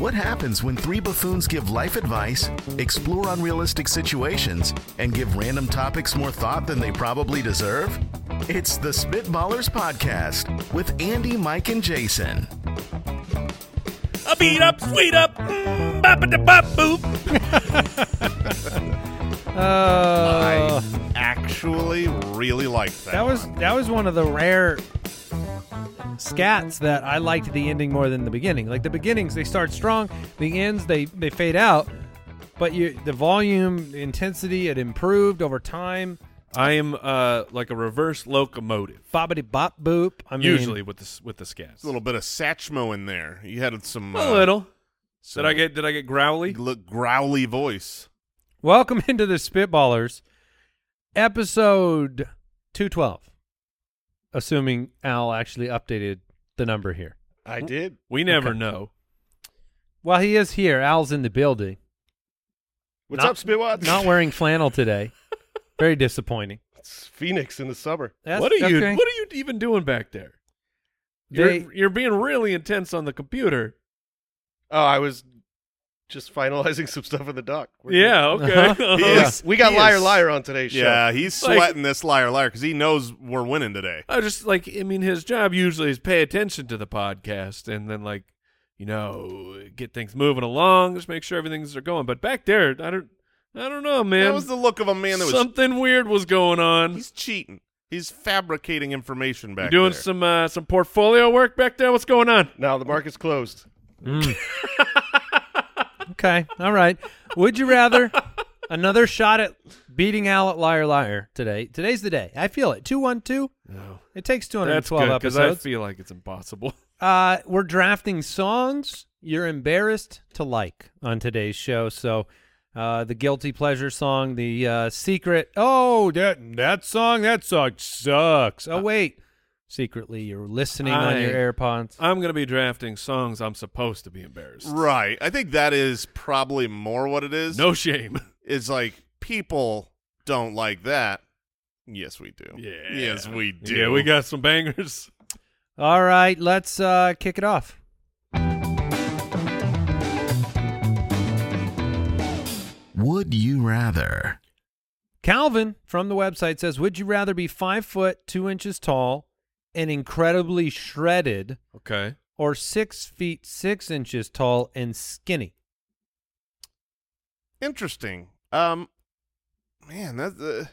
What happens when three buffoons give life advice, explore unrealistic situations, and give random topics more thought than they probably deserve? It's the Spitballers Podcast with Andy, Mike, and Jason. A beat up, sweet up, mm, bop a bop boop. Uh, I actually really liked that. that was that was one of the rare scats that I liked the ending more than the beginning. Like the beginnings, they start strong. The ends, they they fade out. But you, the volume, the intensity, it improved over time. I am uh, like a reverse locomotive, Bobbity bop boop. I mean, usually with the s- with the scats. a little bit of Satchmo in there. You had some. a little. some Did I get did I get growly? look growly voice? Welcome into the Spitballers, episode two twelve. Assuming Al actually updated the number here. I did. We never know. Well, he is here. Al's in the building. What's Not- up, Spitwads? Not wearing flannel today. Very disappointing. It's Phoenix in the summer. That's- what are you okay. What are you even doing back there? They- you're you're being really intense on the computer. Oh, I was just finalizing some stuff in the dock. We're good. yeah. Uh-huh. Okay. He Yeah. is- we got Oh, He liar is- liar on today's show. Yeah, he's Like- sweating this liar liar because he knows we're winning today. I just like I mean his job usually is pay attention to the podcast and then like you know get things moving along, just make sure everything's are going. But back there, I don't I don't know, man. that was the look of a man that was. something weird was going on. he's cheating. He's fabricating information You back. doing there. some uh, some portfolio work back there. What's going on? Now the market's closed. Okay. All right. Would you rather another shot at beating Al at Liar Liar today? Today's the day. I feel it. 212. No, It takes Oh. that's 212 good because I episodes. feel like it's impossible. uh, we're drafting songs you're embarrassed to like on today's show. So uh, the guilty pleasure song, the uh, secret. Oh, that that song, that song sucks. Oh wait, secretly you're listening on Uh, I- your AirPods. I'm gonna be drafting songs I'm supposed to be embarrassed. right? I think that is probably more what it is. No shame. it's like people don't like that. Yes, we do. Yeah. Yes, we do. Yeah, we got some bangers. All right, let's uh, kick it off. Would you rather? Calvin from the website says, "Would you rather be five foot two inches tall and incredibly shredded, Okay. or six feet six inches tall and skinny?" Interesting. Um, man, that uh,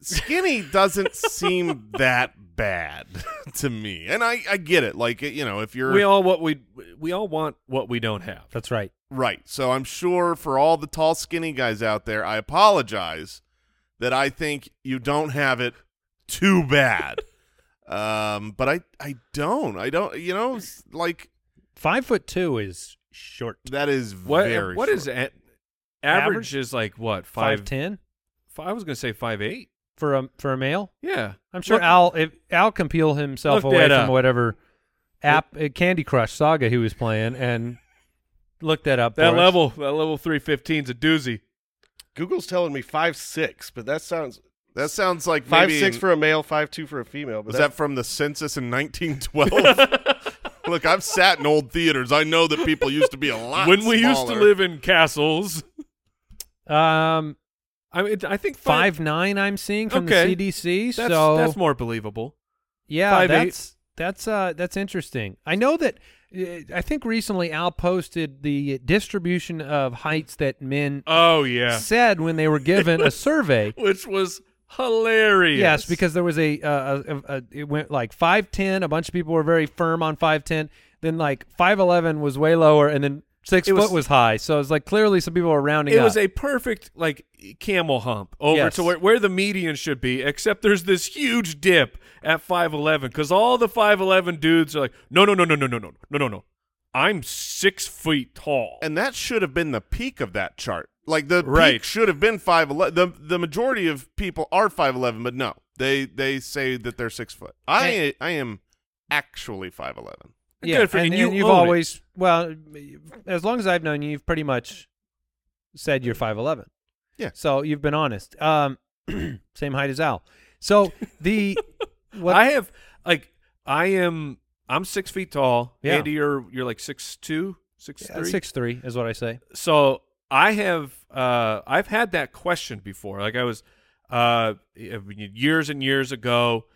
skinny doesn't seem that bad to me, and I I get it. Like you know, if you're We all what we we all want what we don't have. That's right. right, so I'm sure for all the tall skinny guys out there, I apologize that I think you don't have it too bad. um, but I I don't I don't you know s- like Five foot two is short. that is what very what short. is a- average, Average? is like what five, Five ten fi- I was gonna say five eight. for a for a male. Yeah, I'm sure Look- Al if Al can peel himself Look away that from up. whatever app uh, Candy Crush saga he was playing and look that up. that for us. level that level three fifteen's a doozy. Google's telling me five six, but that sounds that sounds like five maybe six in- for a male, five two for a female. But Was that from the census in 1912? Look, I've sat in old theaters. I know that people used to be a lot. when we used to smaller. live in castles, Um, I mean, I think five nine. I'm seeing from Okay. the CDC. That's, so that's more believable. Yeah, Five, eight. that's that's uh that's interesting. I know that uh, I think recently Al posted the distribution of heights that men Oh yeah, said when they were given a survey. which was hilarious. Yes, because there was a, uh, a, a, a it went like five ten. A bunch of people were very firm on five ten. Then like five eleven was way lower, and then Six It foot was- was, high, so it's like clearly some people were rounding It up. was a perfect like camel hump over Yes. to where, where the median should be, except there's this huge dip at five eleven because all the five eleven dudes are like, no, no, no, no, no, no, no, no, no, no. I'm six feet tall. and that should have been the peak of that chart. Like the Right. peak should have been five eleven. The the majority of people are five eleven, but no, they they say that they're six foot. I I am actually five eleven. yeah, good for you. and, You and you've own it. always well, as long as I've known you, you've pretty much said you're five eleven. Yeah. So you've been honest. Um, same height as Al. So the what I have like I am I'm six feet tall. Yeah. Andy, you're you're like six two, six three. six three is what I say. so I have uh, I've had that question before. Like I was uh, years and years ago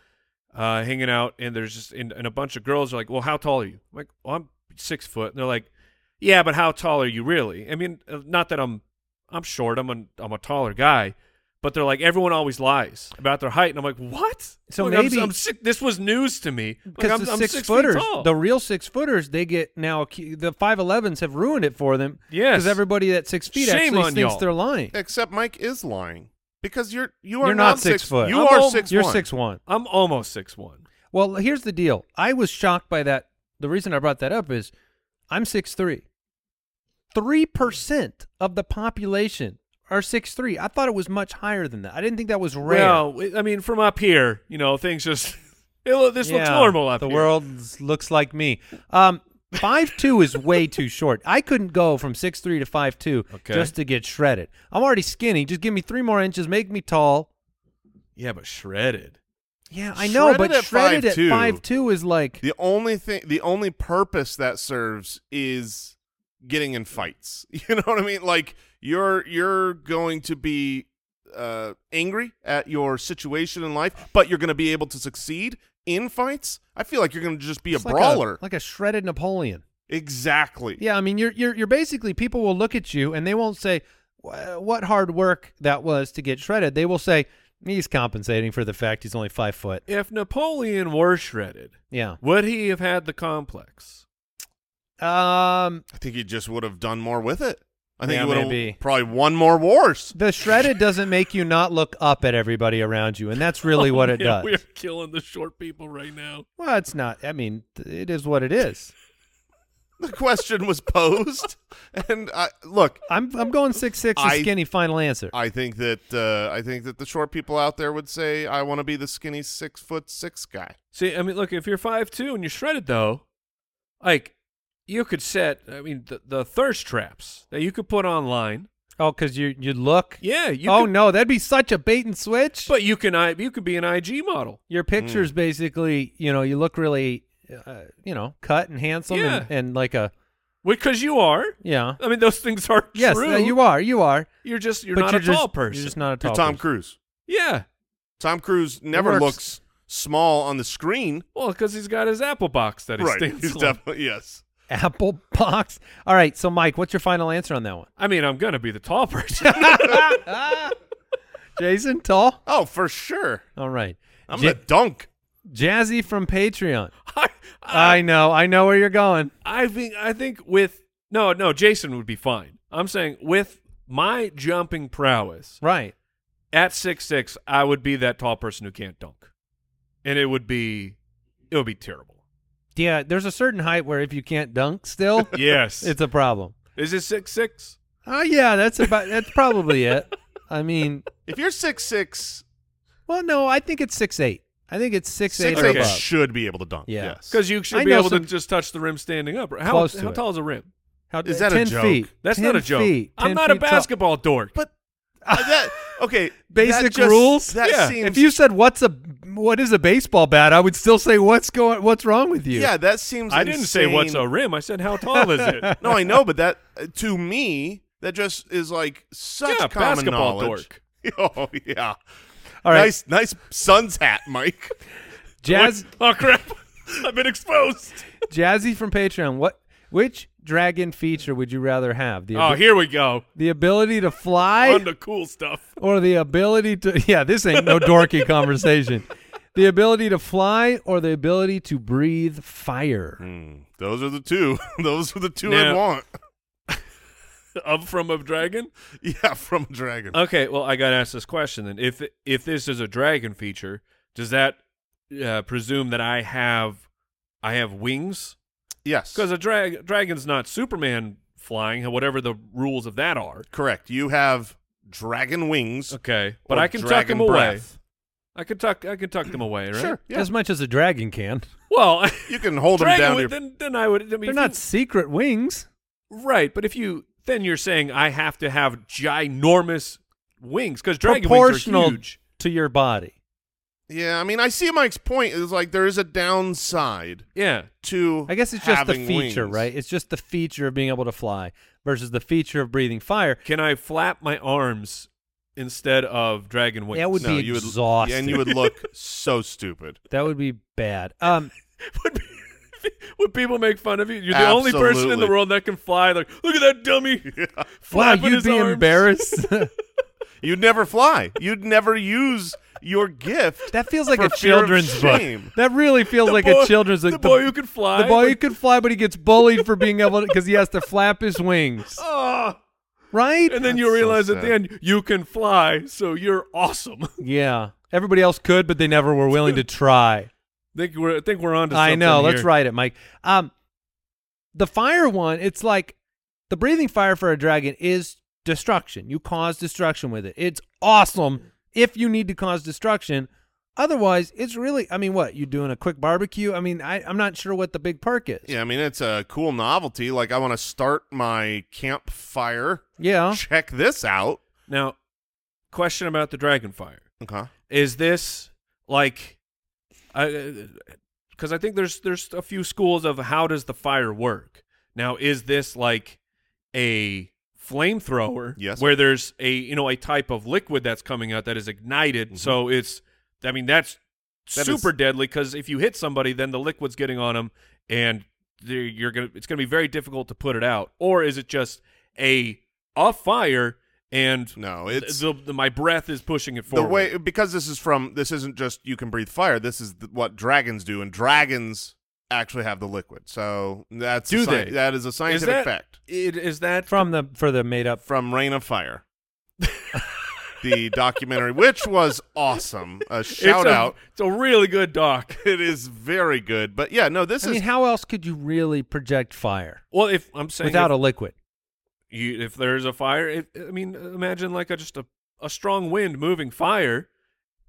uh, hanging out, and there's just and, and a bunch of girls are like, "Well, how tall are you?" I'm like, well, "I'm six foot," and they're like, "Yeah, but how tall are you really?" I mean, uh, not that I'm I'm short. I'm a I'm a taller guy. But they're like everyone always lies about their height, and I'm like, what? So Like, I'm- maybe- I'm, sick. This was news to me because like, I'm, the I'm six, six feet footers, tall. the real six footers, they get now acu- the five elevens have ruined it for them. Yes. because everybody at six feet Shame actually on thinks y'all. they're lying. Except Mike is lying because you're you are You're not six foot. You I'm are old- 6 You're one. six one. I'm almost six one. Well, here's the deal. I was shocked by that. The reason I brought that up is I'm six three. Three percent of the population are six three. I thought it was much higher than that. I didn't think that was rare. Well, I mean, from up here, you know, things just it, lo- this looks Yeah, normal up the here. world looks like me. Um, five two is way too short. I couldn't go from six three to five two Okay. just to get shredded. I'm already skinny. Just give me three more inches, make me tall. Yeah, but shredded. Yeah, I know, Shredded but at shredded at 5'2" five two is like The only thing, the only purpose that serves is getting in fights. You know what I mean? Like you're you're going to be uh, angry at your situation in life, but you're going to be able to succeed in fights. I feel like you're going to just be it's a like brawler. like a shredded Napoleon. exactly. Yeah, I mean, you're you're you're basically people will look at you and they won't say "Wha- what hard work that was to get shredded. They will say he's compensating for the fact he's only five foot. If Napoleon were shredded, Yeah. would he have had the complex? Um, I think he just would have done more with it. I think Yeah, he would maybe. have probably won more wars. the shredded doesn't make you not look up at everybody around you, and that's really what it Oh, Yeah, does. We are killing the short people right now. Well, it's not. I mean, th- it is what it is. The question was posed, and I, look, I'm I'm going six six I- skinny. Final answer. I think that uh, I think that the short people out there would say, "I want to be the skinny six foot six guy." See, I mean, look, if you're five two and you're shredded though, like you could set. I mean, the, the thirst traps that you could put online. oh, because you you look. Yeah, you. oh could, no, that'd be such a bait and switch. But you can. I. You could be an IG model. your pictures Hmm. basically you know you look really uh, you know cut and handsome Yeah. and, and like a Because you are. yeah I mean, those things are yes true. no, you are you are You're just. You're but not you're a just, tall person. you're just not a tall You're Tom person. Cruise. Yeah. Tom Cruise never works. looks small on the screen. Well, because he's got his Apple box that he stands He's on. definitely yes. apple box all right so mike what's your final answer on that one Ah. I mean, I'm gonna be the tall person. jason tall Oh, for sure. all right I'm Ja- gonna Uh, dunk. jazzy from patreon I, i know i know where you're going I think I think with no no Jason would be fine. I'm saying with my jumping prowess right at six six, I would be that tall person who can't dunk, and it would be it would be terrible. yeah there's a certain height where if you can't dunk still Yes, it's a problem is it six six? oh yeah that's about that's probably it i mean If you're six six, Well, no, I think it's six eight. I think it's six, six eight or eight above. should be able to dunk. Yeah. Yes. Because you I should be know able to some- just touch the rim standing up. right? How Close to how it. tall is a rim? How, Is that a 10 joke? Feet. That's 10 not a joke. feet. I'm 10 not a feet tall. basketball dork. but uh, that okay. Basic that just- rules. That Yeah. seems. If you said what's a what is a baseball bat, I would still say what's going what's wrong with you. yeah, that seems. I didn't say what's insane. a rim. I said how tall is it? No, I know, but that uh, to me that just is like such Yeah, common basketball knowledge. Oh yeah. All right, Nice, nice Suns hat, Mike. Jazz, oh crap! I've been exposed. Jazzy from Patreon. What which dragon feature would you rather have? The Oh, abi- here we go. the ability to fly On the cool stuff. or the ability to yeah this ain't no dorky conversation. The ability to fly or the ability to breathe fire. Hmm. Those are the two. Those are the two Now- I'd want. of from a dragon? Yeah, from a dragon. Uh, Okay, well, I got to ask this question then. If if this is a dragon feature, does that uh, presume that I have I have wings? yes. Because a drag dragon's not Superman flying, whatever the rules of that are. Correct. You have dragon wings. Uh, Okay, but or I can tuck dragon them away. breath. I can tuck I can tuck them away, right? Sure. Yeah. As much as a dragon can. Well, You can hold them dragon down. to would- your- then then I would. I mean, They're if not you- secret wings. right, but if you then you're saying I have to have ginormous wings because dragon wings proportional are huge. to your body. yeah, I mean, I see Mike's point. Is like there is a downside Yeah, to. I guess it's just the having feature, wings. right? It's just the feature of being able to fly versus the feature of breathing fire. Can I flap my arms instead of dragon wings? That would No, be you would, exhausting. and you would look so stupid. That would be bad. Um, would, be- would people make fun of you? You're the only person in the Absolutely. world that can fly. Like, look at that dummy. wow, flapping you'd his be arms." embarrassed. You'd never fly. You'd never use your gift. that feels like For a fear of children's book. shame. That really feels The like boy- a children's the like boy who can fly, The boy who but- can fly, but he gets bullied for being able to because he has to flap his wings, Ah. right? and then you That's so realize at sad. the end you can fly, so you're awesome. yeah, everybody else could, but they never were willing to try. think we're think we're on to something. I know. Let's here. write it, Mike. Um, the fire one, it's like the breathing fire for a dragon is destruction. You cause destruction with it. It's awesome if you need to cause destruction. Otherwise, it's really. I mean, what you doing a quick barbecue? I mean, I, I'm not sure what the big perk is. Yeah, I mean, it's a cool novelty. Like, I want to start my campfire. Yeah. Check this out. Now, question about the dragon fire. Okay. is this like I because I think there's there's a few schools of how does the fire work. Now is this like a flamethrower Yes. where there's a you know a type of liquid that's coming out that is ignited so it's I mean that's Mm-hmm. That is- super deadly cuz if you hit somebody then the liquid's getting on them and they're- you're going to it's going to be very difficult to put it out or is it just a a fire and No, it's the, the, my breath is pushing it forward the way because this is from this isn't just you can breathe fire. This is th- what dragons do, and dragons actually have the liquid. So that's a Do sci- they? That is a scientific that- fact It is that From the for the made up. from Rain of Fire, the documentary, which was awesome. A shout it's a, out. It's a really good doc. It is very good, but yeah, no, this I is mean, how else could you really project fire Well, if I'm saying without a if, liquid? you, if there's a fire, if, I mean, imagine like a, just a, a strong wind moving fire.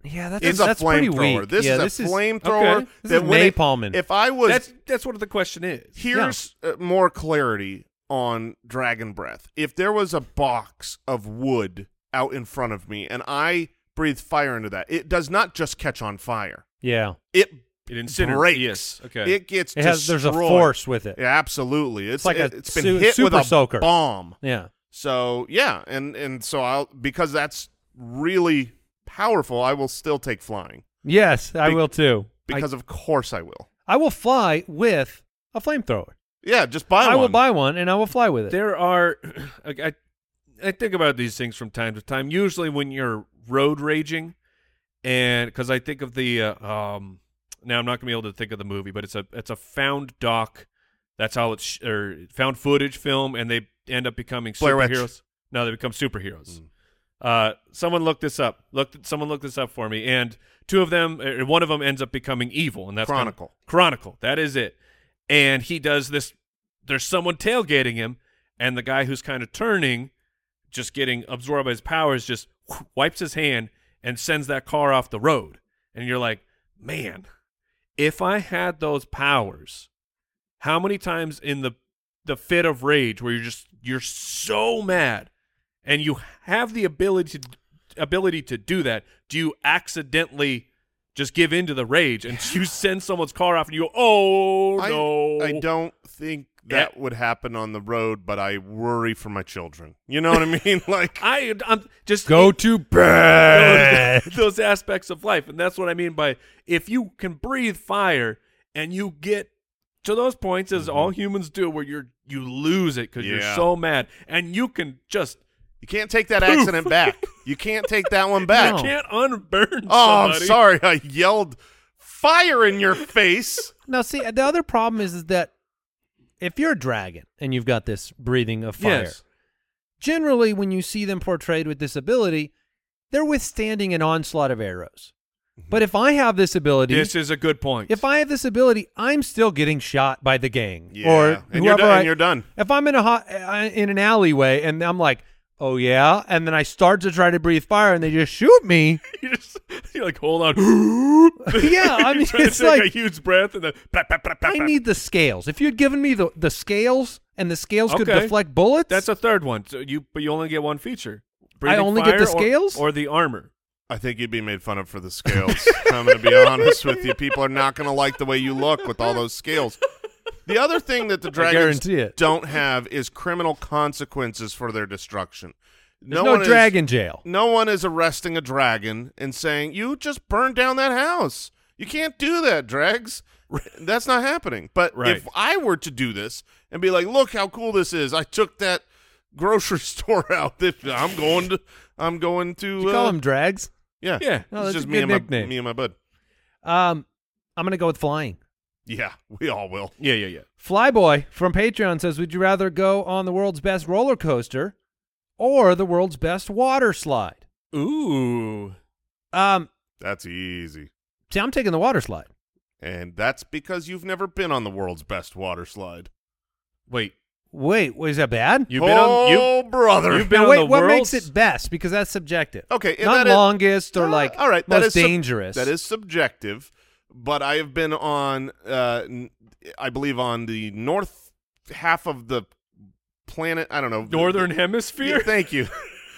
Yeah, that's it's that's a pretty flamethrower. weak. This yeah, is this a flamethrower. okay. This that is when it- napalming. If I was that's that's what the question is. Here's uh, more clarity on dragon breath. If there was a box of wood out in front of me and I breathe fire into that, it does not just catch on fire. Yeah, It It incinerates. breaks. Yes. Okay. It gets it has. There's a destroyed. force with it. Yeah, absolutely. It's, like a it, has been su- hit with super a soaker. bomb. Yeah. So yeah, and and so I'll because that's really powerful. I will still take flying Yes, I Be- will too. I, because of course I will. I will fly with a flamethrower. Yeah, just buy I, one. will buy one and I will fly with it. there are. I, I I think about these things from time to time. Usually when you're road raging, and because I think of the uh, um. Now I'm not gonna be able to think of the movie, but it's a it's a found doc. That's how it's sh- or found footage film, and they end up becoming Blair Witch. superheroes. No, they become superheroes. Uh, someone looked this up. Looked someone looked this up for me, and two of them, uh, one of them ends up becoming evil, and that's kind of- Chronicle. Chronicle, that is it. And he does this. There's someone tailgating him, and the guy who's kind of turning, just getting absorbed by his powers, just wipes his hand and sends that car off the road. And you're like, man, if I had those powers, how many times in the the fit of rage where you're just you're so mad and you have the ability to ability to do that, do you accidentally just give in to the rage and you send someone's car off and you go, oh I, no, I don't think that Eh. would happen on the road, but I worry for my children. You know what I mean? Like, I I'm just Go to bed. those, those aspects of life. And that's what I mean by if you can breathe fire and you get to those points as all humans do where you're you lose it because you're Yeah. so mad and you can just you can't take that Poof. accident back. You can't take that one back. you can't unburn Oh, I'm somebody. sorry. I yelled fire in your face. now, see, the other problem is, is that if you're a dragon and you've got this breathing of fire, Yes. generally when you see them portrayed with this ability, they're withstanding an onslaught of arrows. Mm-hmm. But if I have this ability, This is a good point. if I have this ability, I'm still getting shot by the gang Yeah. or And whoever you're done- I- and you're done. If I'm in a hot, uh, in an alleyway and I'm like, oh yeah, and then I start to try to breathe fire and they just shoot me. you just you like hold on. Yeah, I You mean, try to it's take a like- huge breath and then. Bap, bap, bap, bap, I bap. need the scales. If you had given me the the scales and the scales could Okay. deflect bullets, That's a third one. So you but you only get one feature. only get the fire or- scales? or, the armor. I think you'd be made fun of for the scales. I'm going to be honest with you. People are not going to like the way you look with all those scales. The other thing that the dragons guarantee it. don't have is criminal consequences for their destruction. There's one no, is- dragon jail. no one is arresting a dragon and saying, "You just burned down that house. You can't do that, drags." That's not happening. But Right. if I were to do this and be like, "Look how cool this is! I took that grocery store out. That I'm going to. I'm going to You call uh, them drags. Yeah, Yeah. No, it's that's just a me good and my nickname. me and my bud. Um, I'm gonna go with flying. Yeah, we all will. Yeah, yeah, yeah. Flyboy from Patreon says, "Would you rather go on the world's best roller coaster or the world's best water slide?" Ooh. Um, That's easy, see, I'm taking the water slide. and that's because you've never been on the world's best water slide. Wait. Wait, was that bad? You've been on you oh brother, You've been Now, on wait, the what makes world's- it best? Because that's subjective. Okay, and not that is- longest or Uh, like all right, that most is sub- dangerous. that is subjective, but I have been on, uh, n- I believe, on the north half of the planet. I don't know Northern Yeah, Hemisphere. thank you.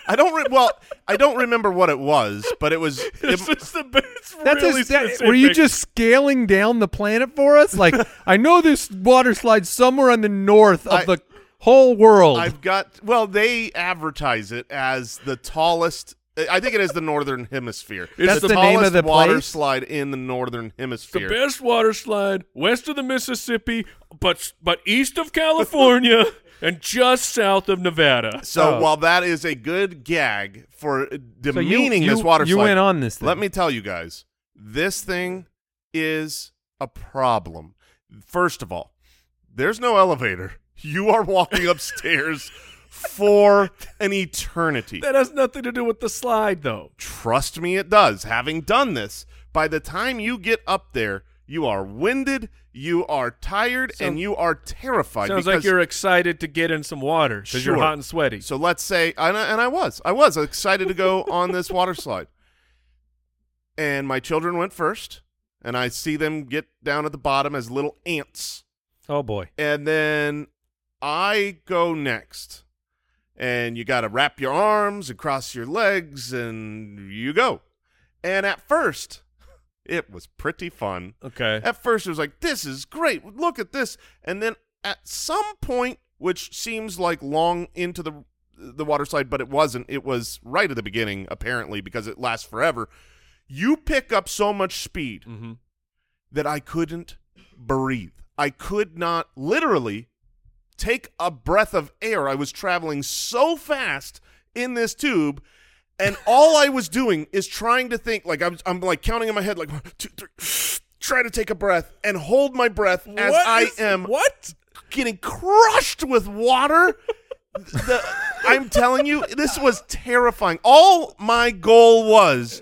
I don't. Re- well, I don't remember what it was, but it was. It's it- just the best. That's really a, that, were you specific. just scaling down the planet for us? Like I know this water slide's somewhere on the north of I- the whole world. I've got. Well, they advertise it as the tallest. I think it is the northern hemisphere. That's the, the name tallest of the water place? slide in the northern the hemisphere. best water slide west of the Mississippi, but but east of California and just south of Nevada. So Oh. while that is a good gag for so you- demeaning you- this water You slide, went on this. Thing. Let me tell you guys, this thing is a problem. First of all, there's no elevator. You are walking upstairs for an eternity. That has nothing to do with the slide, though. Trust me, it does. Having done this, by the time you get up there, you are winded, you are tired, So- and you are terrified. Sounds like because- you're excited to get in some water because you're Sure. hot and sweaty. So let's say, and I, and I was, I was excited to go on this water slide, and my children went first, and I see them get down at the bottom as little ants, Oh boy. and then I go next, and you got to wrap your arms across your legs, and you go, and at first, it was pretty fun. okay. At first, it was like, this is great. Look at this. And then at some point, which seems like long into the the water slide, but it wasn't. It was right at the beginning, apparently, because it lasts forever. You pick up so much speed Mhm. that I couldn't breathe. I could not literally take a breath of air. I was traveling so fast in this tube, and all I was doing is trying to think. Like I'm, I'm like counting in my head, like one, two, three. Try to take a breath and hold my breath as What I is- am What? getting crushed with water. The- I'm telling you, this was terrifying. All my goal was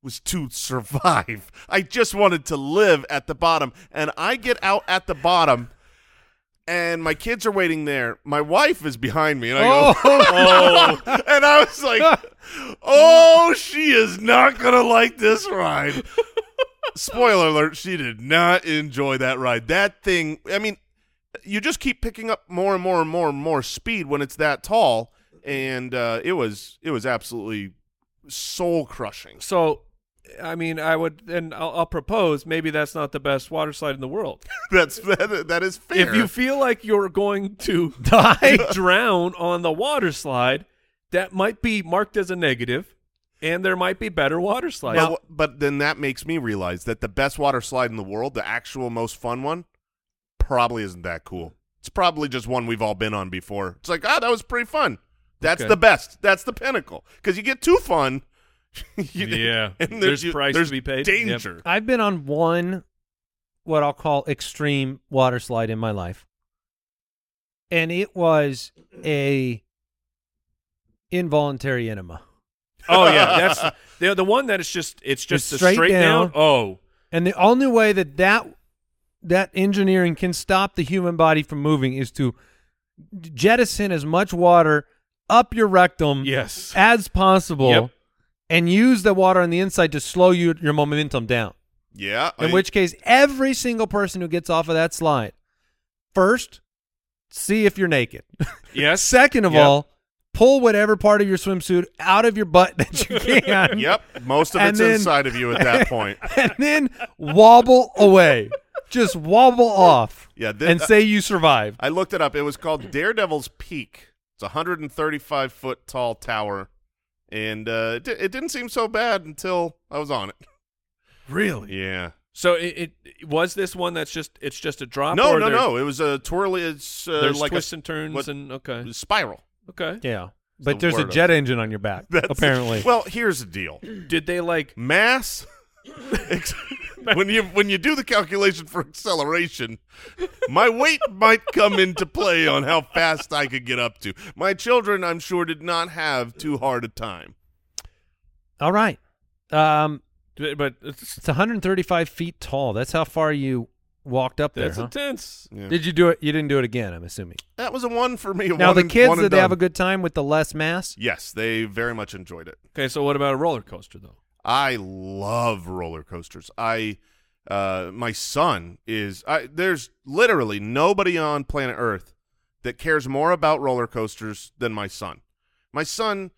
was to survive. I just wanted to live at the bottom, and I get out at the bottom, and my kids are waiting there. My wife is behind me, and I go, oh. and I was like, oh, she is not gonna like this ride. Spoiler alert: she did not enjoy that ride. That thing, I mean, you just keep picking up more and more and more and more speed when it's that tall, and uh, it was it was absolutely soul crushing. So, I mean, I would, and I'll, I'll propose maybe that's not the best water slide in the world. That's that, that is fair. If you feel like you're going to Die. drown on the water slide, that might be marked as a negative, and there might be better water but, slides. wh- but then that makes me realize that the best water slide in the world, the actual most fun one, probably isn't that cool. It's probably just one we've all been on before. It's like ah, that was pretty fun. That's Okay. the best. That's the pinnacle because you get too fun. you- Yeah. and There's there's, you- price to there's be paid. Yep. Danger. I've been on one what I'll call extreme water slide in my life. And it was a Involuntary enema. Oh yeah, that's the the one that is just it's just It's the straight straight, down. down. Oh, And the only way that that that engineering can stop the human body from moving is to jettison as much water up your rectum Yes. as possible Yep. and use the water on the inside to slow you, your momentum down. Yeah. In I- which case, every single person who gets off of that slide, first, see if you're naked. yes. Second of Yep. all, pull whatever part of your swimsuit out of your butt that you can. Yep. Most of And it's then- inside of you at that point. and then wobble away. Just wobble off. Yeah, thi- and say you survived. I looked it up. It was called Daredevil's Peak. It's a 135 foot tall tower, and uh, it, di- it didn't seem so bad until I was on it. really. Yeah. So it, it was this one that's just it's just a drop. No, or no, there- no. It was a twirly. It's uh, There's like twists a and turns what- and okay, spiral. okay. Yeah. the But there's a word of- jet engine on your back, That's- apparently. Well, here's the deal. Did they like? mass when you when you do the calculation for acceleration my weight might come into play on how fast i could get up to my children i'm sure did not have too hard a time All right. Um, did- But it's, it's 135 feet tall. That's how far you walked up there. that's huh? intense. Did you do it? You didn't do it again, I'm assuming. that was a one for me a Now, one the and- kids, one and did they have a done. good time with the less mass? yes they very much enjoyed it Okay, so what about a roller coaster though? i love roller coasters i uh my son is i there's literally nobody on planet earth that cares more about roller coasters than my son. My son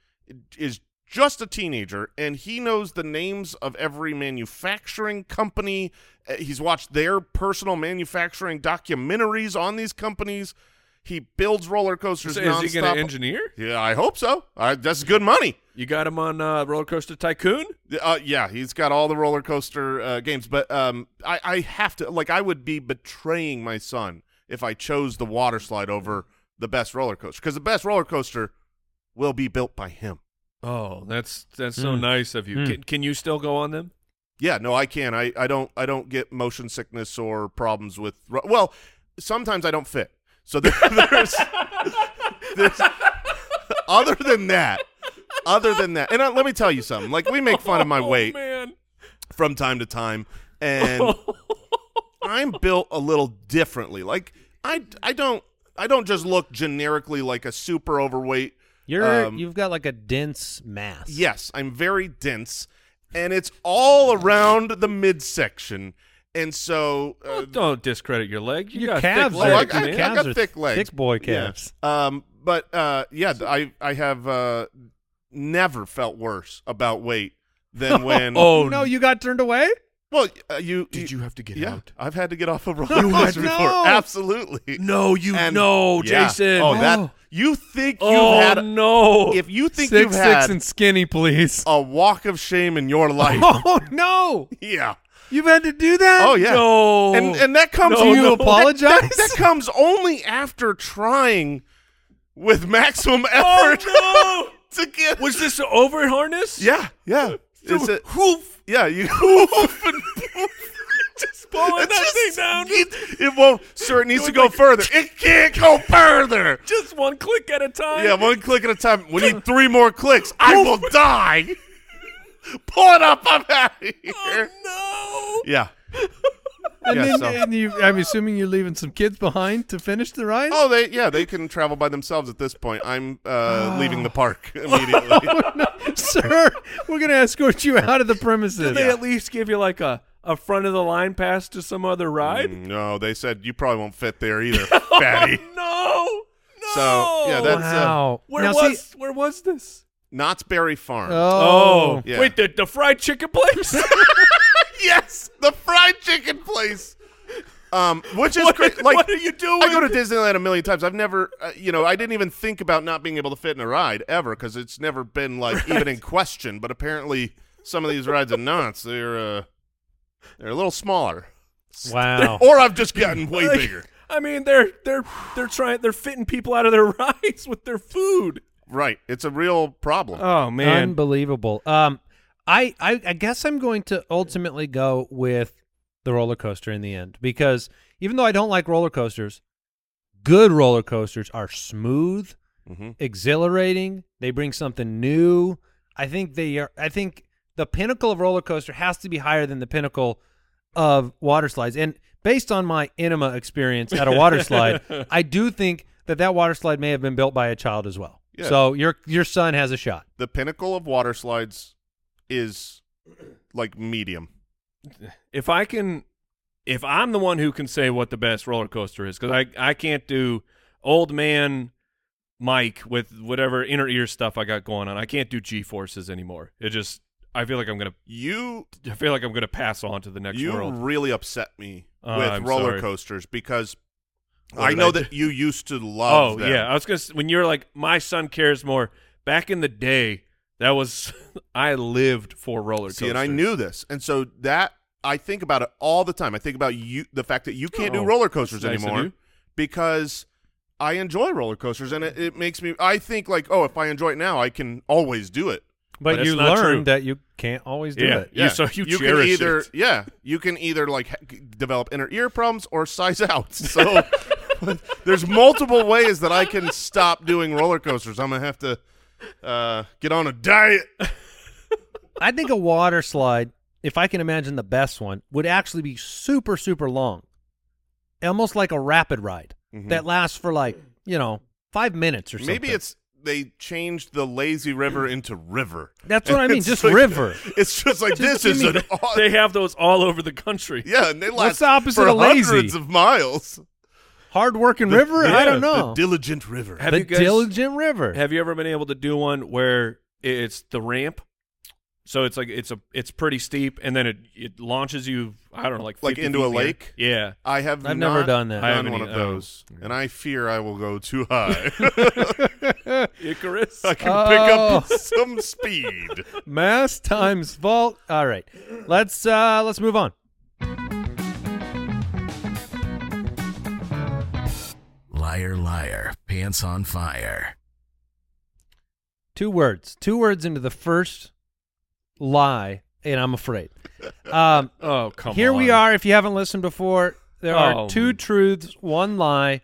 is just a teenager and he knows the names of every manufacturing company. Uh, He's watched their personal manufacturing documentaries on these companies. He builds roller coasters So nonstop. is he going to engineer? yeah, I hope so. I, that's good money. You got him on uh, roller coaster tycoon? Uh, yeah, he's got all the roller coaster uh, games, but um, I, I have to like I would be betraying my son if I chose the water slide over the best roller coaster because the best roller coaster will be built by him. Oh, that's that's so Mm. nice of you. Mm. Can, can you still go on them? Yeah, no, I can. I, I don't I don't get motion sickness or problems with. Ro- well, sometimes I don't fit. So there, there's, there's other than that, other than that, and uh let me tell you something. Like we make fun of my weight. man. from time to time and I'm built a little differently. Like I I don't I don't just look generically like a super overweight. You're, Um, you've got like a dense mass. Yes, I'm very dense and it's all around the midsection. And so uh, Don't discredit your leg. You Your got calves thick are- legs, I- I- man. I got calves are thick legs. Thick boy Yeah. calves. Um, but uh, yeah, th- I I have uh, never felt worse about weight than when Oh, no, you got turned away? well uh, you Did you have to get yeah, out? I've had to get off a roller coaster No. before. Absolutely. No, you And- no, Yeah. Jason. Oh, Oh. that you think you've Oh, had no. if you think six, you've had six, and skinny, please. a walk of shame in your life. Oh, no. yeah. You've had to do that? Oh yeah. No. And and that comes Do you that- apologize? That, that comes only after trying with maximum effort oh no. to get Was this an over harness? Yeah, yeah. It's a, Hoof. yeah, you hoof and Just pulling It's that thing just- down. It, it won't sir, it needs to go further. It can't go further. Just one click at a time. Yeah, one click at a time. We need three more clicks. I will die. Pull it up. I'm out of here. Oh Yeah. And Yeah, then so- and you, I'm assuming you're leaving some kids behind to finish the ride. Oh, they yeah they can travel by themselves at this point. I'm uh, leaving the park immediately. Sir, we're gonna escort you out of the premises. no. They at least give you like a, a front of the line pass to some other ride. no, they said you probably won't fit there either, Mm, fatty. No. No. So, yeah, that's- wow. where Now, see- was where was this? Knott's Berry Farm. oh, Yeah. Wait, the, the fried chicken place? yes, the fried chicken place. Um, which is What- cra- like what are you doing? I go to Disneyland a million times. I've never, uh, you know, I didn't even think about not being able to fit in a ride ever because it's never been like even in question. But apparently, some of these rides in Knott's they're uh, they're a little smaller, wow. or I've just gotten way Like, bigger. I mean, they're they're they're trying they're fitting people out of their rides with their food. Right, it's a real problem. Oh Unbelievable. Um, I, I I guess I'm going to ultimately go with the roller coaster in the end because even though I don't like roller coasters, good roller coasters are smooth Mhm. exhilarating. They bring something new. I think they are. I think the pinnacle of roller coaster has to be higher than the pinnacle of water slides. And based on my enema experience at a water slide, I do think that that water slide may have been built by a child as well. Yeah. So your your son has a shot. The pinnacle of water slides is like medium. if I can, if I'm the one who can say what the best roller coaster is, because I I can't do old man Mike with whatever inner ear stuff I got going on. I can't do G forces anymore. It just I feel like I'm gonna You I feel like I'm gonna pass on to the next you world. really upset me Uh, with I'm roller sorry. coasters because What I did know I do? that you used to love. Oh them. yeah, I was gonna s- when you're like my son cares more. Back in the day, that was I lived for roller coasters. See, and I knew this, and so that I think about it all the time. I think about you, the fact that you can't Oh, do roller coasters that's nice of anymore you. because I enjoy roller coasters, and it, it makes me. I think like, oh, if I enjoy it now, I can always do it. But, But you it's not learned true. that you can't always do Yeah. it. You- so you can cherish either it. yeah you can either like ha- g- develop inner ear problems or size out. So there's multiple ways that I can stop doing roller coasters. I'm gonna have to uh, get on a diet. I think a water slide, if I can imagine the best one, would actually be super, super long. Almost like a rapid ride Mm-hmm. that lasts for like, you know, five minutes or something. Maybe it's they changed the lazy river into river. That's what I mean, It's just like- river. It's just like Just this is give me an aw- they have those all over the country. yeah, and they last What's the opposite for of lazy? hundreds of miles. hard working river? I don't The know. diligent river. Have The you guys- diligent river. Have you ever been able to do one where it's the ramp? So it's like it's a it's pretty steep, and then it it launches you. I don't know, like Like 50 into feet a in the air. leit? Yeah, I have. I've never not done that. I Done haven't one of either. those, Oh. and I fear I will go too high. Icarus. I can pick Oh. up some speed. Mass times vault. All right. Let's uh let's move on. Liar, liar, pants on fire. Two words. Two words into the first lie, and I'm afraid. Um oh come Here on! we are. If you haven't listened before, there Oh. are two truths, one lie.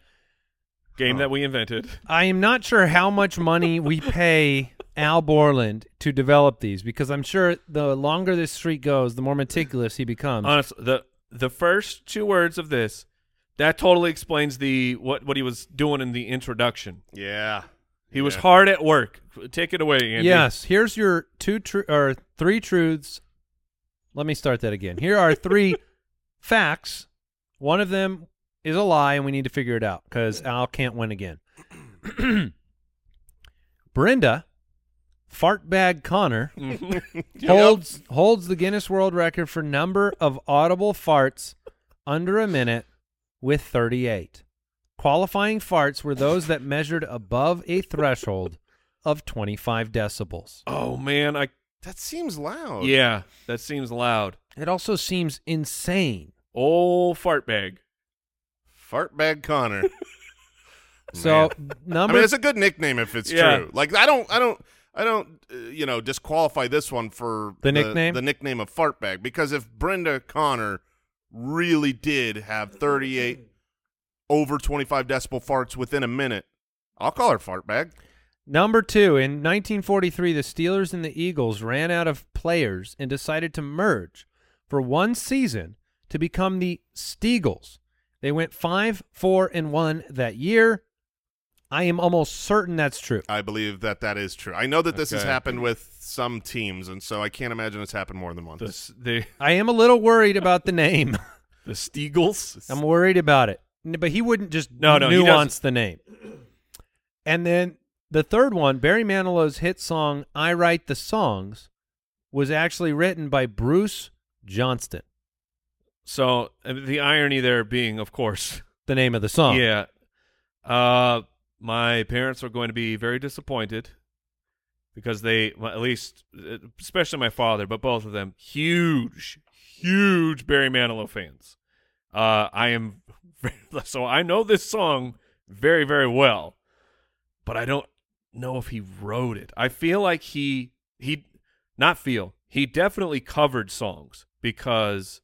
Game that we invented. I am not sure how much money we pay Al Borland to develop these because I'm sure the longer this streak goes, the more meticulous he becomes. Honestly, the the first two words of this that totally explains the what what he was doing in the introduction. Yeah. He was Yeah. hard at work. Take it away, Andy. yes, here's your two tru- or three truths. Let me start that again. Here are three facts. One of them is a lie, and we need to figure it out because Al can't win again. Brenda, fart bag Connor. holds holds the Guinness World Record for number of audible farts under a minute with 38. Qualifying farts were those that measured above a threshold of 25 decibels. Oh man, I That seems loud. yeah, that seems loud. It also seems insane. Old fart bag. Fartbag Connor. So I number mean, it's a good nickname if it's Yeah. true. Like I don't, I don't, I don't, uh, you know, disqualify this one for The nickname? the nickname of fartbag because if Brenda Connor really did have 38 over 25 decibel farts within a minute, I'll call her fartbag. Number two, in 1943, the Steelers and the Eagles ran out of players and decided to merge for one season to become the Steagles. They went five, four, and one that year. I am almost certain that's true. I believe that that is true. I know that this has Okay. happened with some teams, and so I can't imagine it's happened more than once. The s- the I am a little worried about the name. the Steagles. I'm worried about it. N- But he wouldn't just No, no, he nuance doesn't. the name. And then the third one, Barry Manilow's hit song "I Write the Songs" was actually written by Bruce Johnston. So uh, the irony there being, of course, The name of the song. yeah. Uh, my parents are going to be very disappointed because they, well, at least, uh, especially my father, but both of them, huge, huge Barry Manilow fans. Uh, I am, so I know this song very, very well, but I don't know if he wrote it. I feel like he he, not feel he definitely covered songs because,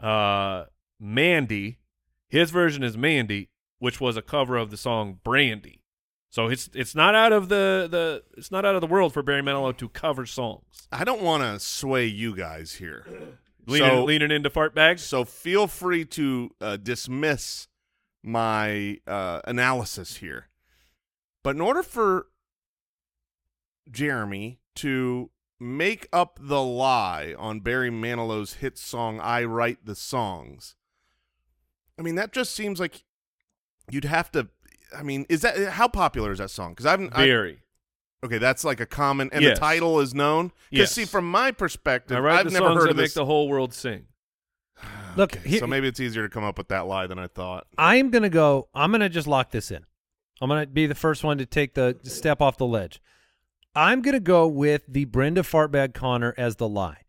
uh, Mandy. His version is Mandy, which was a cover of the song Brandy. So it's it's not out of the, the it's not out of the world for Barry Manilow to cover songs. I don't want to sway you guys here. Leaning, so, leaning into fart bags. so feel free to uh, dismiss my uh, analysis here. But in order for Jeremy to make up the lie on Barry Manilow's hit song I Write the Songs, I mean, that just seems like you'd have to. I mean, is that how popular is that song? Because I've I, Barry. Okay, that's like a common, and Yes. the title is known. Because Yes. see, from my perspective, I write I've the never songs heard that of make this. the whole world sing. Look, Okay, here- so maybe it's easier to come up with that lie than I thought. I'm gonna go. I'm gonna just lock this in. I'm gonna be the first one to take the step off the ledge. I'm gonna go with the Brenda Fartbag Connor as the lie.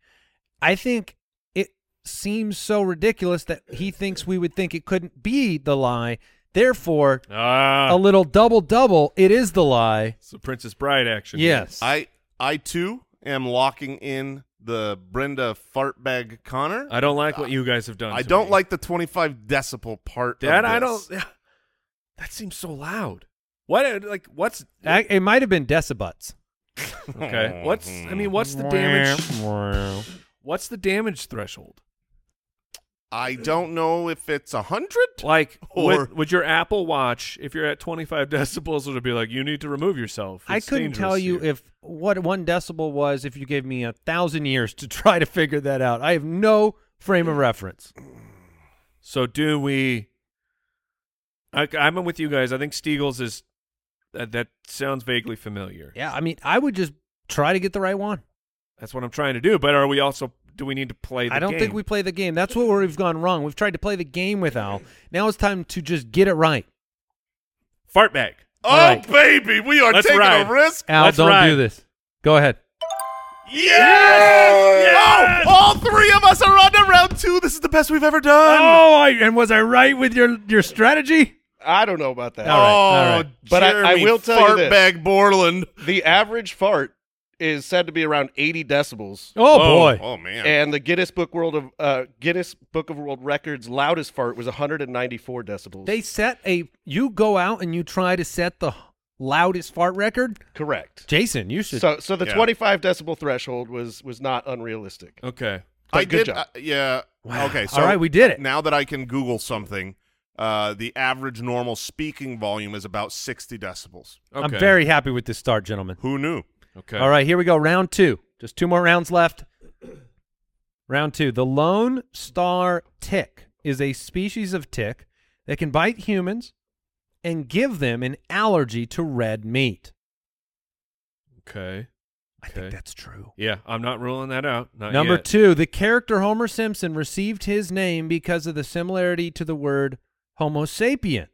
I think it seems so ridiculous that he thinks we would think it couldn't be the lie. Therefore, Uh. Ah, a little double double. It is the lie. it's the Princess Bride action. Yes. I I too am locking in the Brenda Fartbag Connor. I don't like what you guys have done. I to don't me. like the twenty five decibel part. of that. I don't. this. That seems so loud. What? uh, Like what's I, it might have been decibutts. okay? What's I mean? What's the damage? What's the damage threshold? I don't know if it's a hundred. Like, Or- would, would your Apple Watch, if you're at 25 decibels, would it be like, you need to remove yourself? I It's couldn't tell dangerous you here." if what one decibel was if you gave me a thousand years to try to figure that out. I have no frame of reference. So do we? I, I'm with you guys. I think Steagles is. That, that sounds vaguely familiar. Yeah, I mean, I would just try to get the right one. That's what I'm trying to do. But are we also? Do we need to play? The I don't think game? we play the game. That's what where we've gone wrong. We've tried to play the game with Al. Now it's time to just get it right. fart bag. Oh All right. baby, we are Let's taking ride. a risk. Al, Let's don't ride. do this. Go ahead. Yes! Oh, all three of us are on to round two. This is the best we've ever done. Oh. Oh, I, and was I right with your your strategy? I don't know about that. All right, all right. But I- I Oh, Jeremy will tell you this. Fartbag Borland. The average fart is said to be around 80 decibels. Oh boy. Oh man. And the Guinness Book World of uh, Guinness Book of World Records loudest fart was 194 decibels. They set a you go out and you try to set the loudest fart record. correct. Jason, you should So, so the Yeah. 25 decibel threshold was was not unrealistic. Okay. But I good did. job. uh, yeah. Wow. Okay. So All right, we did it. Now that I can Google something, uh, the average normal speaking volume is about sixty decibels. Okay. I'm very happy with this start, gentlemen. Who knew? Okay. All right, here we go. Round two. Just two more rounds left. Round two. The lone star tick is a species of tick that can bite humans and give them an allergy to red meat. Okay. I think Okay. that's true. Yeah, I'm not ruling that out. Not Number yet. two, the character Homer Simpson received his name because of the similarity to the word Homo sapien.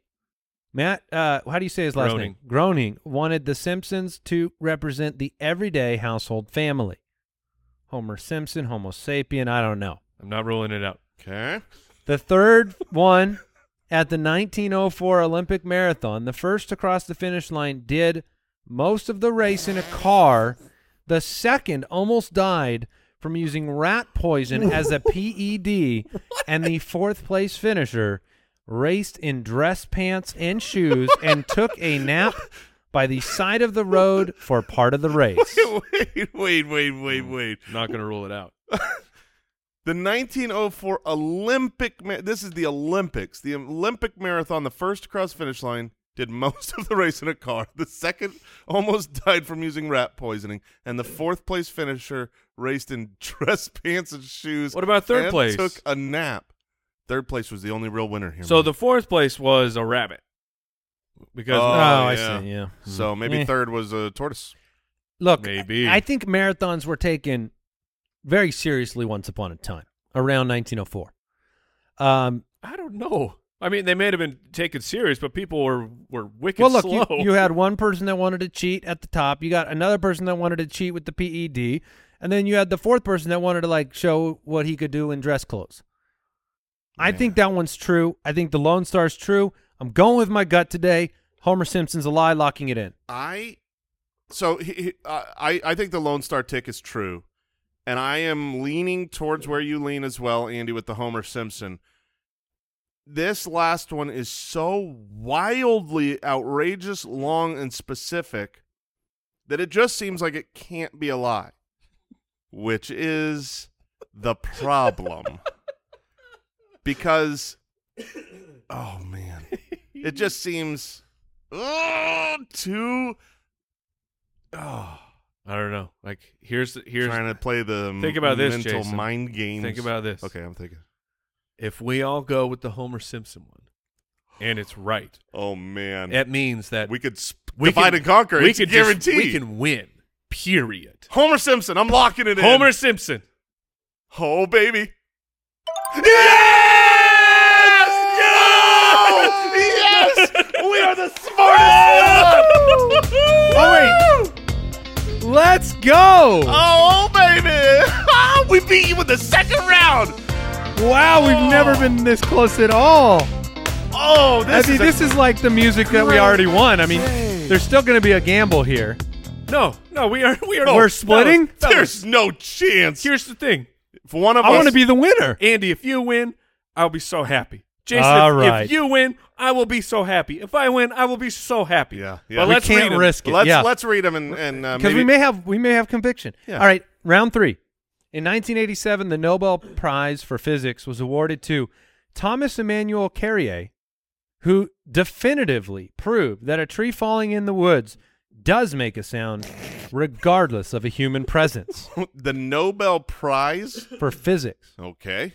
Matt, uh, how do you say his last name? Groening wanted the Simpsons to represent the everyday household family. Homer Simpson, Homo sapien, I don't know. I'm not ruling it out. Okay. The third one at the 1904 Olympic Marathon, the first to cross the finish line, did most of the race in a car. The second almost died from using rat poison as a PED. And the fourth place finisher raced in dress pants and shoes and took a nap by the side of the road for part of the race. Oh, wait, wait, wait, wait, wait. Not going to rule it out. The 1904 Olympic. Ma- this is the Olympics. The Olympic marathon. The first to cross finish line. Did most of the race in a car. The second almost died from using rat poisoning, and the fourth place finisher raced in dress pants and shoes. What about third and place? Took a nap. Third place was the only real winner here. So man. the fourth place was a rabbit. Because Oh, oh, I yeah. see. Yeah. So maybe Mm. Eh. third was a tortoise. Look, Maybe. I think marathons were taken very seriously once upon a time, around 1904. Um, I don't know. I mean, they may have been taken serious, but people were were wicked well, look, slow. you, you had one person that wanted to cheat at the top. You got another person that wanted to cheat with the PED, and then you had the fourth person that wanted to like show what he could do in dress clothes. I think that one's true. I think the Lone Star's true. I'm going with my gut today. Homer Simpson's a lie, locking it in. I. So he, he, uh, I I think the Lone Star tick is true, and I am leaning towards where you lean as well, Andy, with the Homer Simpson. this last one is so wildly outrageous, long, and specific that it just seems like it can't be a lie, which is the problem. because, oh man, it just seems oh, too. Oh, I don't know. Like here's the, here's trying to play the Think about this, mental Jason. mind games. Think about this. Okay, I'm thinking. if we all go with the Homer Simpson one, and it's right, Oh man, that means that we could sp- we divide can- and conquer. We it's can just- guarantee. we can win. Period. Homer Simpson. I'm locking it in. Homer Simpson. Oh baby. Yes! Yes! We are the smartest. Oh, wait. Let's go. oh baby! we beat you in the second round. wow, we've never been this close at all. Oh, this I mean, is a- this is like the music that we already won. I mean, there's still going to be a gamble here. No, no, we are we are We're splitting? fellas, fellas, there's no chance. here's the thing, If one of I us want to be the winner. Andy. If you win, I'll be so happy. Jason, All if, right. if you win, I will be so happy. If I win, I will be so happy. Yeah, yeah. But We let's can't read 'em. risk it. Let's yeah. let's read them and and uh, because maybe we may have we may have conviction. Yeah. All right, round three. In 1987, the Nobel Prize for Physics was awarded to Thomas Emmanuel Carrier, who definitively proved that a tree falling in the woods does make a sound, regardless of a human presence. the Nobel Prize. For physics, Okay.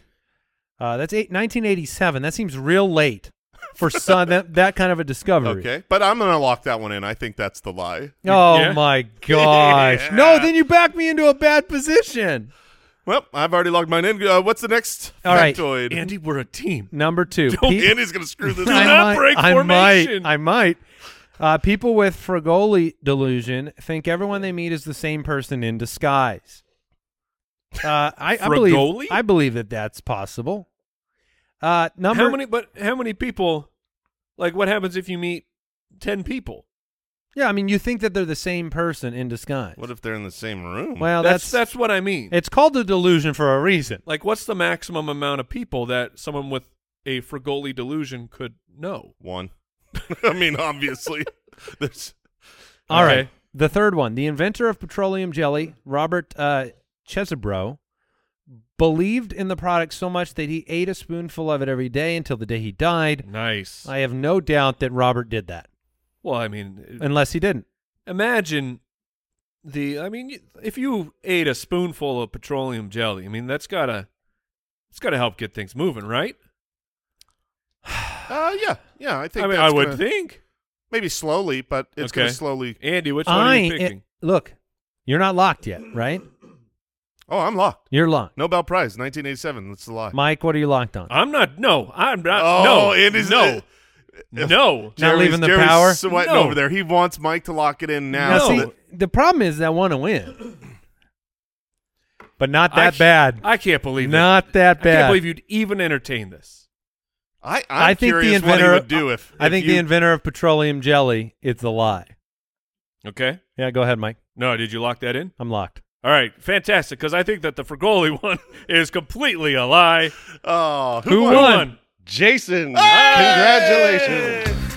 uh, that's eight, 1987. That seems real late for some, that that kind of a discovery. Okay. But I'm going to lock that one in. I think that's the lie. Oh Yeah. my gosh! No, then you back me into a bad position. Well, I've already logged mine in. Uh, what's the next All right. factoid? Andy, we're a team. Number 2 Don't Pete- Andy's going to screw this I up. not break I might. formation. I might. Uh, people with Fragoli delusion think everyone they meet is the same person in disguise. Uh, I, I Fragoli? believe. I believe that that's possible. Uh, number. how many? But how many people? Like, what happens if you meet ten people? Yeah, I mean, you think that they're the same person in disguise. What if they're in the same room? well, that's, that's, that's what I mean. It's called a delusion for a reason. Like, what's the maximum amount of people that someone with a Fragoli delusion could know? One. I mean, obviously. There's All right. Okay. The third one, the inventor of petroleum jelly, Robert uh, Chesebro, believed in the product so much that he ate a spoonful of it every day until the day he died. Nice. I have no doubt that Robert did that, well, I mean, uh, unless he didn't. imagine the. I mean, if you ate a spoonful of petroleum jelly, I mean, that's gotta, it's gotta help get things moving, right? uh yeah. Yeah, I think I mean, I that's would gonna- think. maybe slowly, but it's going Okay. to slowly Andy, which one are you I- picking? look, you're not locked yet, right? Oh, I'm locked. You're locked. Nobel Prize 1987. That's the lie. Mike, what are you locked on? I'm not. No, I'm not. oh, no, Andy's no, no. Not Jerry's- leaving the Jerry's power? sweating No. over there. He wants Mike to lock it in now. now, so see, that- the problem is that I want to win, but not I that ca- bad. I can't believe that. not that I bad. can't believe you'd even entertain this. I, I'm I think the curious inventor what he would do if I if think you- the inventor of petroleum jelly it's a lie. Okay. Yeah, go ahead, Mike. No, did you lock that in? I'm locked. All right, fantastic. Because I think that the Fragoli one is completely a lie. Oh, Who Who won? Jason, Ah! congratulations.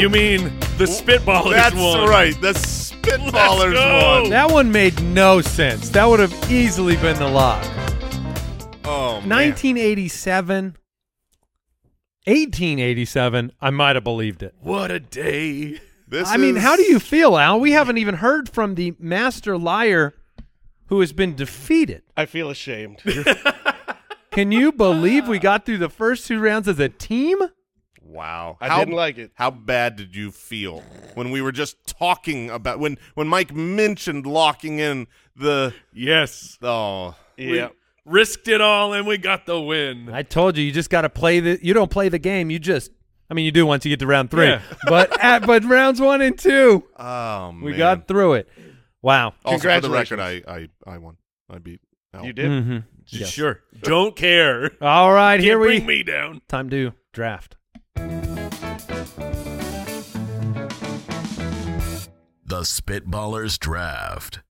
You mean the Spitballers That's won? right. The Spitballers Let's won. go. That one made no sense. That would have easily been the lock. Oh, man. 1987, 1887. I might have believed it. What a day! This I mean, is- how do you feel, Al? We haven't even heard from the master liar who has been defeated. I feel ashamed. Can you believe we got through the first two rounds as a team? Wow. I didn't like it. How bad did you feel when we were just talking about when when Mike mentioned locking in the Yes, oh yeah. risked it all and we got the win. I told you, you just got to play the. You don't play the game. You just. I mean, you do once you get to round three, Yeah. but at, but rounds one and two, oh man. we got through it. Wow. also for the record. I Congratulations. I I won. I beat. Al. You did? Mhm. Yes. Sure, don't care. All right, here Can't we bring me down. time to draft. The Spitballers Draft.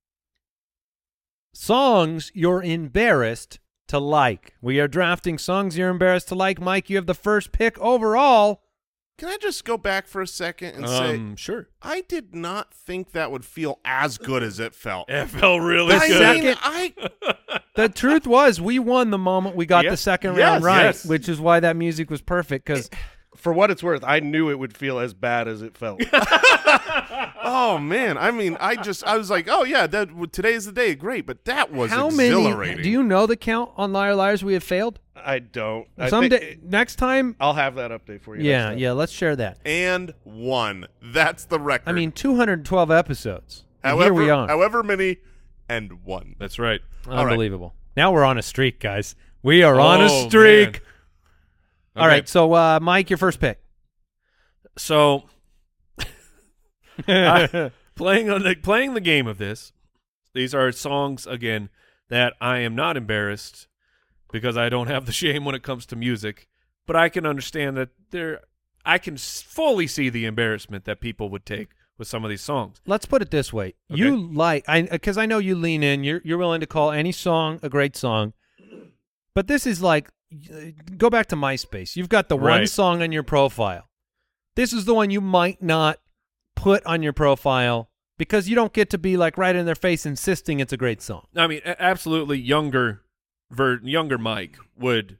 Songs you're embarrassed to like. We are drafting songs you're embarrassed to like. Mike, you have the first pick overall. Can I just go back for a second and say Um, sure. I did not think that would feel as good as it felt. It felt really I good. mean, I The truth was, we won the moment we got Yeah. the second Yes, round right, yes. which is why that music was perfect because For what it's worth, I knew it would feel as bad as it felt. oh man, I mean, I just I was like, oh yeah, that w- today's the day, great, but that was how many? exhilarating. Do you know the count on Liar Liars we have failed? I don't. I Someday, think- next time. I'll have that update for you. next Yeah, time. yeah, let's share that. and one. That's the record. I mean, 212 episodes. And however, here we are. however many, and one. That's right. right. Unbelievable. Now we're on a streak, guys. We are on a Oh, streak. man. All Okay. right, so uh, Mike, your first pick. So playing on the playing the game of this, these are songs again that I am not embarrassed because I don't have the shame when it comes to music, but I can understand that there I can s- fully see the embarrassment that people would take with some of these songs. Let's put it this way: you like, I because I know you lean in. You're you're willing to call any song a great song, but this is like, y- go back to MySpace. You've got the one Right. song on your profile. This is the one you might not put on your profile because you don't get to be like right in their face insisting it's a great song. I mean, a- absolutely younger ver- younger Mike would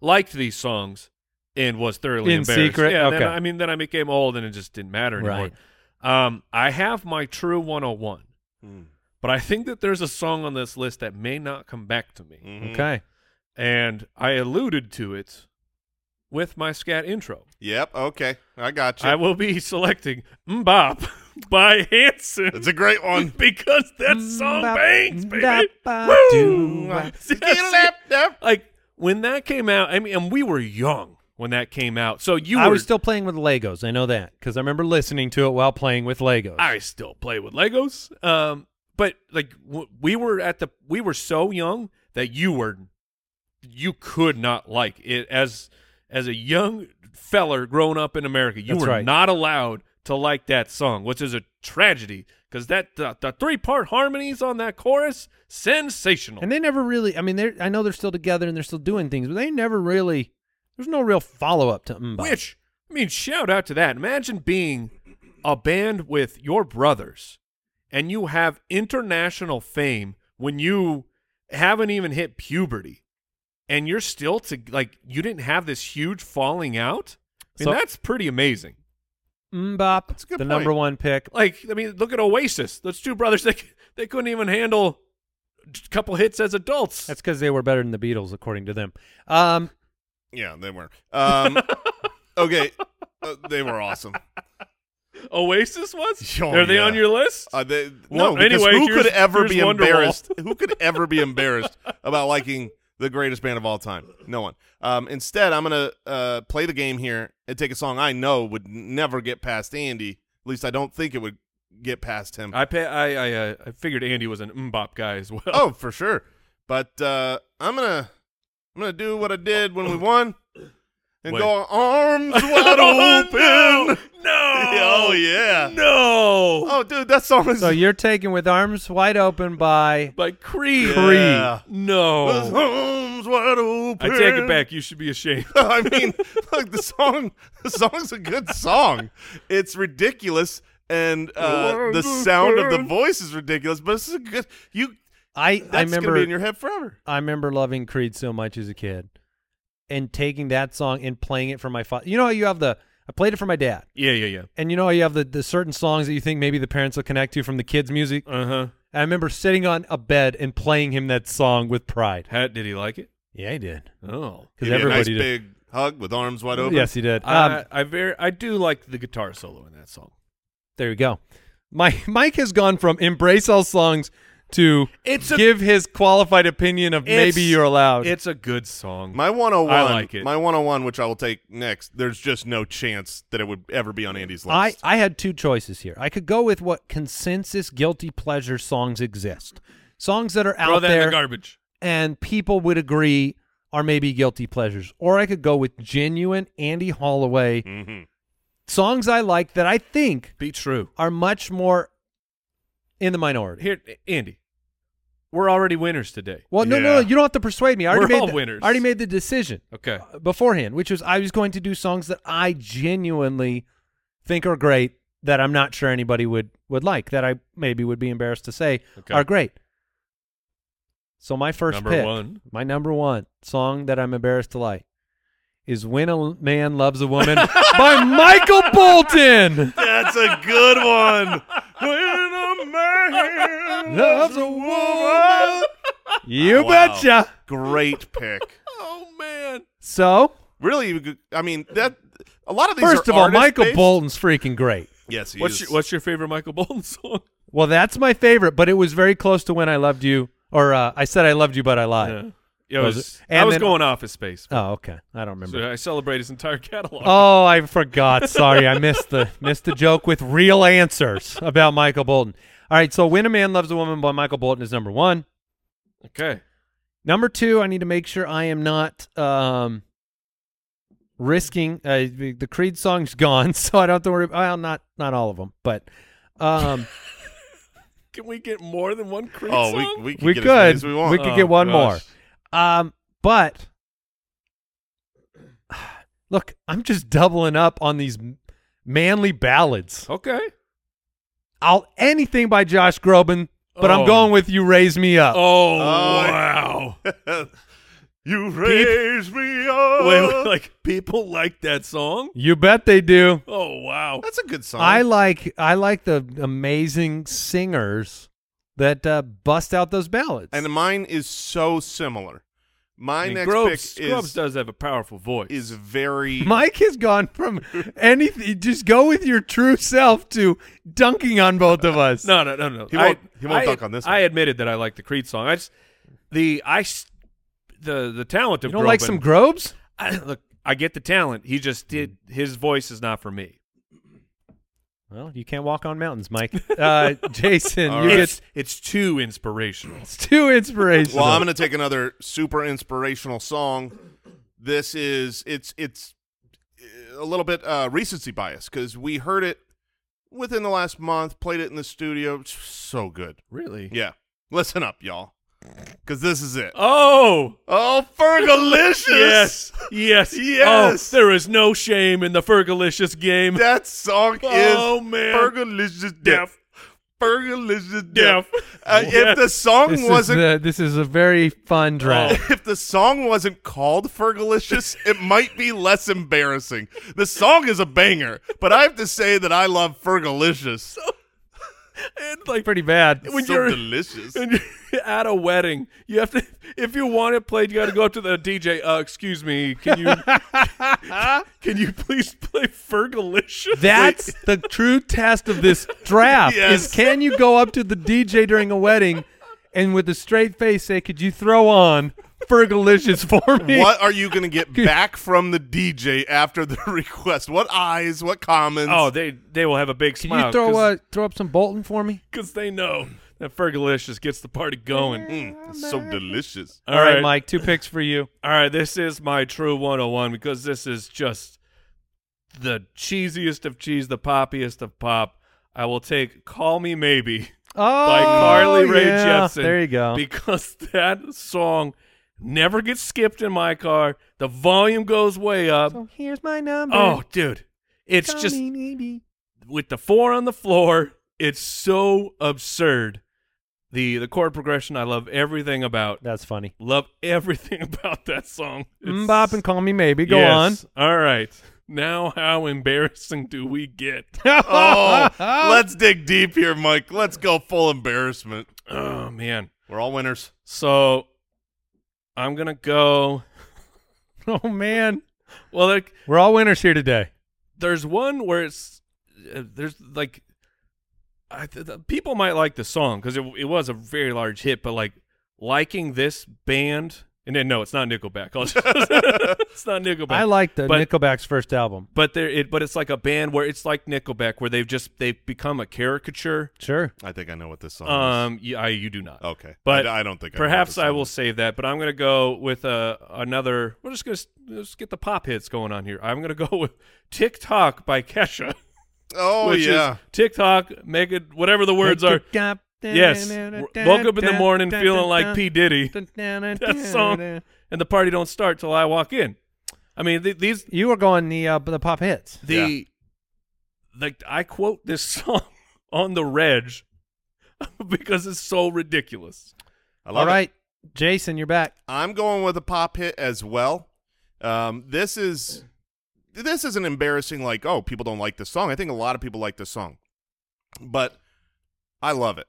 liked these songs and was thoroughly In embarrassed. secret? Yeah, then- Okay. I mean, then I became old and it just didn't matter anymore. Um, I have my true 101, but I think that there's a song on this list that may not come back to me. Mhm. Okay. And I alluded to it with my scat intro. Yep. Okay. I got you. I will be selecting Mbop by Hanson. That's a great one. because that song Mbop, bangs, baby. mbop, Woo! doo-wop. Yes. Like when that came out, I mean, and we were young when that came out. So you I were was still playing with Legos. I know that because I remember listening to it while playing with Legos. I still play with Legos. Um, but like w- we were at the we were so young that you were you could not like it as as a young feller growing up in America. You That's were right. not allowed to like that song, which is a tragedy because that the, the three part harmonies on that chorus sensational. And they never really. I mean, they. I know they're still together and they're still doing things, but they never really. There's no real follow up to Mbop. Which, I mean, shout out to that. Imagine being a band with your brothers and you have international fame when you haven't even hit puberty and you're still to like you didn't have this huge falling out. I mean, So- that's pretty amazing. Mbop, That's a good the point. number one pick. Like, I mean, look at Oasis. Those two brothers they c- they couldn't even handle a couple hits as adults. That's because they were better than the Beatles, according to them. Um, Yeah, they were. Um, okay, uh, they were awesome. Oasis was? Oh, Are they yeah. on your list? Uh, they, Well, no, because anyway, who could here's- ever here's be Wonderwall. embarrassed? Who could ever be embarrassed about liking the greatest band of all time? No one. Um, instead, I'm gonna uh, play the game here and take a song I know would n- never get past Andy. At least I don't think it would get past him. I pay, I I, uh, I figured Andy was an mbop guy as well. oh, for sure. But uh, I'm gonna I'm gonna do what I did when we won and Wait. go arms wide open. Oh, No. no. Oh yeah. No. Oh, dude, that song is so you're taking with arms wide open by By Creed. Yeah. With No. arms wide I open. take it back. You should be ashamed. I mean, look, the song, the song's a good song. It's ridiculous, and uh, the sound of the voice is ridiculous. But it's a good. You, I. that's I gonna remember. be in your head forever. I remember loving Creed so much as a kid, and taking that song and playing it for my father. You know how you have the. I played it for my dad, Yeah, yeah, yeah. and you know how you have the, the certain songs that you think maybe the parents will connect to from the kids' music. Uh huh. I remember sitting on a bed and playing him that song with pride. Hat? Did he like it? Yeah, he did. Oh. Because Give you a nice everybody did. big hug with arms wide open. Yes, he did. Um, I, I very I do like the guitar solo in that song. there you go. Mike Mike has gone from embrace all songs to It's a- give his qualified opinion of maybe It's- you're allowed. It's a good song. My 101, I like it. my 101, which I will take next. There's just no chance that it would ever be on Andy's I, list. I had two choices here. I could go with what consensus guilty pleasure songs exist. Songs that are Throw out that in there the garbage. and people would agree are maybe guilty pleasures. Or I could go with genuine Andy Holloway Mm-hmm. songs I like that I think Be true. are much more in the minority. Here, Andy. We're already winners today. Well, no, no, no. Yeah. You don't have to persuade me. I already We're made all the, winners. I already made the decision Okay. beforehand, which was I was going to do songs that I genuinely think are great that I'm not sure anybody would would like that I maybe would be embarrassed to say Okay. are great. So my first Number pick, one. my number one song that I'm embarrassed to like is "When a Man Loves a Woman" by Michael Bolton. That's a good one. When a man Loves a woman. You Wow. betcha. Great pick. Oh man. So Really, you could- I mean that. A lot of these. first are of all, artist Michael based. Bolton's freaking great. Yes, he What's is. your, what's your favorite Michael Bolton song? Well, that's my favorite, but it was very close to when I loved you, or uh, I said I loved you, but I lied. Yeah. It Was was, it- and I was then- going Office Space. Oh, okay, I don't remember. So uh, I celebrate his entire catalog. Oh, I forgot. Sorry, I missed the missed the joke with real answers about Michael Bolton. All right, so "When a Man Loves a Woman" by Michael Bolton is number one. Okay. Number two, I need to make sure I am not um, risking uh, the the Creed song's gone, so I don't have to worry. Well, not not all of them, but um, Can we get more than one Creed oh, song? we we can we get could as many as we want. could Oh, get one more. gosh. Um, but look, I'm just doubling up on these m- manly ballads. Okay. I'll anything by Josh Groban, but I'm Oh. going with "You Raise Me Up." Oh, wow. wow. you raise me up. Wait, like people like that song? You bet they do. Oh wow. that's a good song. I like I like the amazing singers that uh, bust out those ballads. and mine is so similar. I My mean, next Groves, pick Scrubs is does have a powerful voice. is very Mike has gone from anything just go with your true self to dunking on both of us. no, no, no, no. He won't- I, he won't I- dunk on this I admitted that I like the Creed song. I just the I s- the the talent you of don't like Groban- some Grobes? I, look, I get the talent. He just did. His voice is not for me. Well, you can't walk on mountains, Mike. Uh, Jason, All you right. get It's it's too inspirational. it's too inspirational. Well, I'm going to take another super inspirational song. This is it's it's eh, a little bit uh, recency bias because we heard it within the last month, played it in the studio. It's so good. Really? Yeah, listen up, y'all, because this is it. Oh Oh, Fergalicious! yes, yes, Yes. Oh, there is no shame in the Fergalicious game. that song oh is man, Fergalicious death. Fergalicious death. Deaf. Uh, If Yes. the song this, is wasn't the, this is a very Oh. fun draft. if the song wasn't called Fergalicious, it might be less embarrassing. The song is a banger, but I have to say that I love Fergalicious. And, like Pretty bad. when so you're delicious. when you're at a wedding, you have to if you want it played, you got to go up to the DJ. Uh, excuse me, can you can you please play Fergalicious? That's the true test of this draft Yes. is can you go up to the DJ during a wedding and with a straight face say, could you throw on Fergalicious for me? what are you going to get back from the DJ after the request? What eyes? What comments? oh, they they will have a big Can smile. you throw, cause, uh, throw up some Bolton for me? Because they know that Fergalicious gets the party going. Mm, it's so delicious. All right, Mike, two picks for you. All right, this is my true 101 because this is just the cheesiest of cheese, the poppiest of pop. I will take Call Me Maybe Oh, by Carly Rae yeah. Jepsen. There you go. Because that song never gets skipped in my car. The volume goes way up. so here's my number. Oh, dude. It's Call just me maybe. with the four on the floor, it's so absurd. The the chord progression I love everything about. That's funny. Love everything about that song. It's- Mbop and call me maybe. Go Yes. All right. Now how embarrassing do we get? Oh, let's dig deep here, Mike. Let's go full embarrassment. oh man. We're all winners. So I'm gonna go on. Oh man, well like we're all winners here today. there's one where it's uh, there's like I th- the, people might like the song because it, it was a very large hit, but like liking this band and then no, it's not Nickelback. I'll just- it's not Nickelback. I like the but, Nickelback's first album. but there it but it's like a band where it's like Nickelback where they've just they've become a caricature. Sure. I think I know what this song is. Um, you, I you do not. Oh, Okay, but I, I don't think I know what Perhaps this I song will is. save that, but I'm going to go with uh, another. We're just going to let's get the pop hits going on here. I'm going to go with TikTok by Kesha. Oh which yeah, Oh, Is TikTok, make it whatever the words are. Nickelback, Yes. W- Woke up in the morning feeling like P. Diddy. That song. And the party don't start till I walk in. I mean, th- these You were going the uh, the pop hits. the like I quote this song on the reg because it's so ridiculous. I love All it. right, Jason, you're back. I'm going with a pop hit as well. Um, this is this isn't embarrassing. Like, oh, people don't like this song. I think a lot of people like this song, but I love it.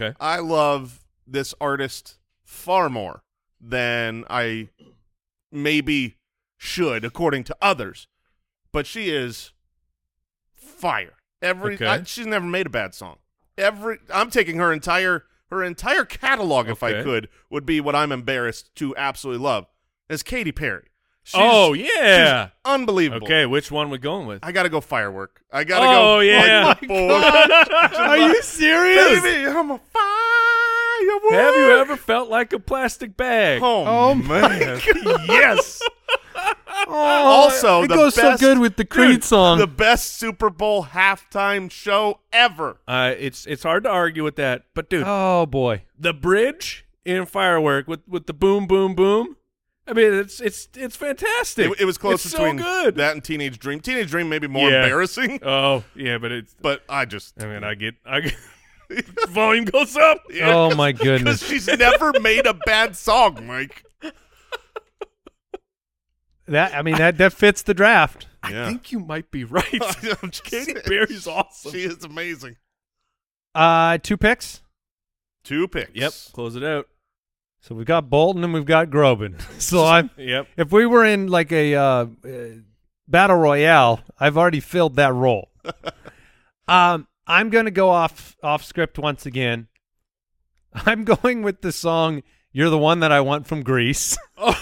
Okay. I love this artist far more than I maybe should, according to others. But she is fire. Every Okay. I- she's never made a bad song. Every I'm taking her entire her entire catalog, if I Okay. could, would be what I'm embarrassed to absolutely love is Katy Perry. She's oh yeah. unbelievable. Okay, which one we going with? I gotta go firework. I gotta go. oh yeah. Like, boy. Are you serious? Baby, I'm a firework. Have you ever felt like a plastic bag? Oh, man. yes. also, Oh, it Oh, the goes best, so good with the Creed Dude, song. The best Super Bowl halftime show ever. Uh, it's it's hard to argue with that, but dude, oh boy, the bridge in firework with with the boom boom boom. I mean, it's it's it's fantastic. It, it was close It's between so good. that and Teenage Dream. Teenage Dream maybe more Yeah. embarrassing, oh yeah, but it's. but I just I mean, I get I get, volume goes up. oh my because goodness. she's never made a bad song, Mike. That I mean that that fits the draft. Yeah. I think you might be right. I'm just Katy saying. Perry's awesome. She is amazing. Uh, two picks. Two picks. Yep, close it out. So we've got Bolton and we've got Groban. So I'm Yep. if we were in like a uh, uh, battle royale, I've already filled that role. um, I'm going to go off off script once again. I'm going with the song "You're the One That I Want" from Greece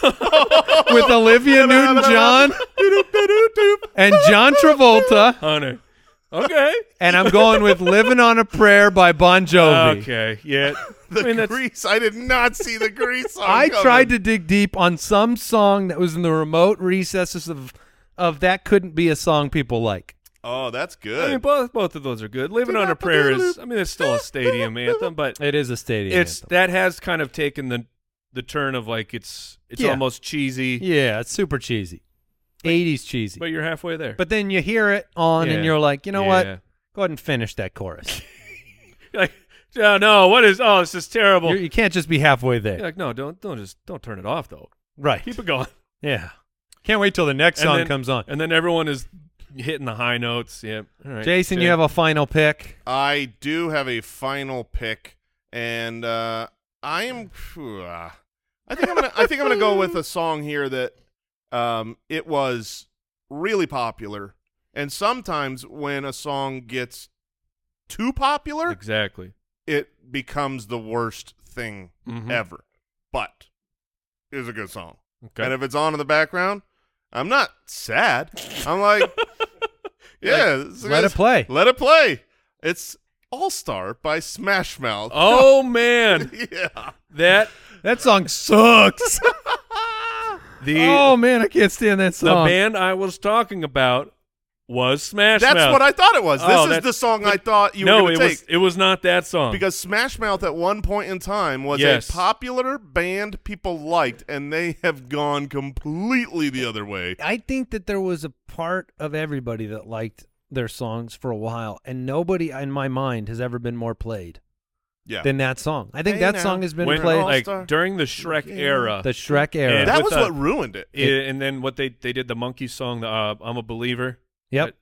with Olivia Newton-John and John Travolta, Hunter. Okay. and I'm going with "Living on a Prayer" by Bon Jovi. okay. Yeah. The I mean, that's- grease. I did not see the grease. on I coming. tried to dig deep on some song that was in the remote recesses of of that couldn't be a song people like. Oh, that's I mean, good. both both of those are good. Living on a prayer is. I mean, it's still a stadium anthem, but It is a stadium. it's that has kind of taken the the turn of like it's it's Yeah. almost cheesy, Yeah, it's super cheesy. 80s cheesy. but But, you're halfway there. then you hear it on Yeah. and you're like, you know what? Yeah. Go ahead and finish that chorus. You're like, oh, no, what is? Oh, this is terrible. You're, You're, you can not just be halfway there. like, no, don't don't just don't turn it off though. Right. Keep it going. yeah. Can't wait till the next And song then- comes on. and then everyone is hitting the high notes. Yeah. All right. Jason, you have a final pick. I do have a final pick, and uh, I am. phew, ah. I think I'm gonna. I think I'm gonna go with a song here that, um, it was really popular, and sometimes when a song gets too popular, exactly. it becomes the worst thing Mm-hmm. Mhm. ever. But it was a good song, Okay. and if it's on in the background, I'm not sad. I'm like, yeah, this is a Let good it play. let it play. It's All Star by Smash Mouth. Oh man, yeah. that That song sucks. the oh, man. I can't stand that the song. band I was talking about was Smash That's Mouth. what I thought it was. This Oh, is that's- the song I thought you no, were it going to was take. it was not that song Because Smash Mouth at one point in time was Yes. a popular band people liked, and they have gone completely the other way. I think that there was a part of everybody that liked their songs for a while, and nobody in my mind has ever been more played Yeah. than that song. I think Hey, that now. song has been when, played like All-Star. during the Shrek era. the Shrek era. Yeah, that was with, uh, what ruined it. i- and then what they they did the monkey song, the uh, I'm a believer. yep.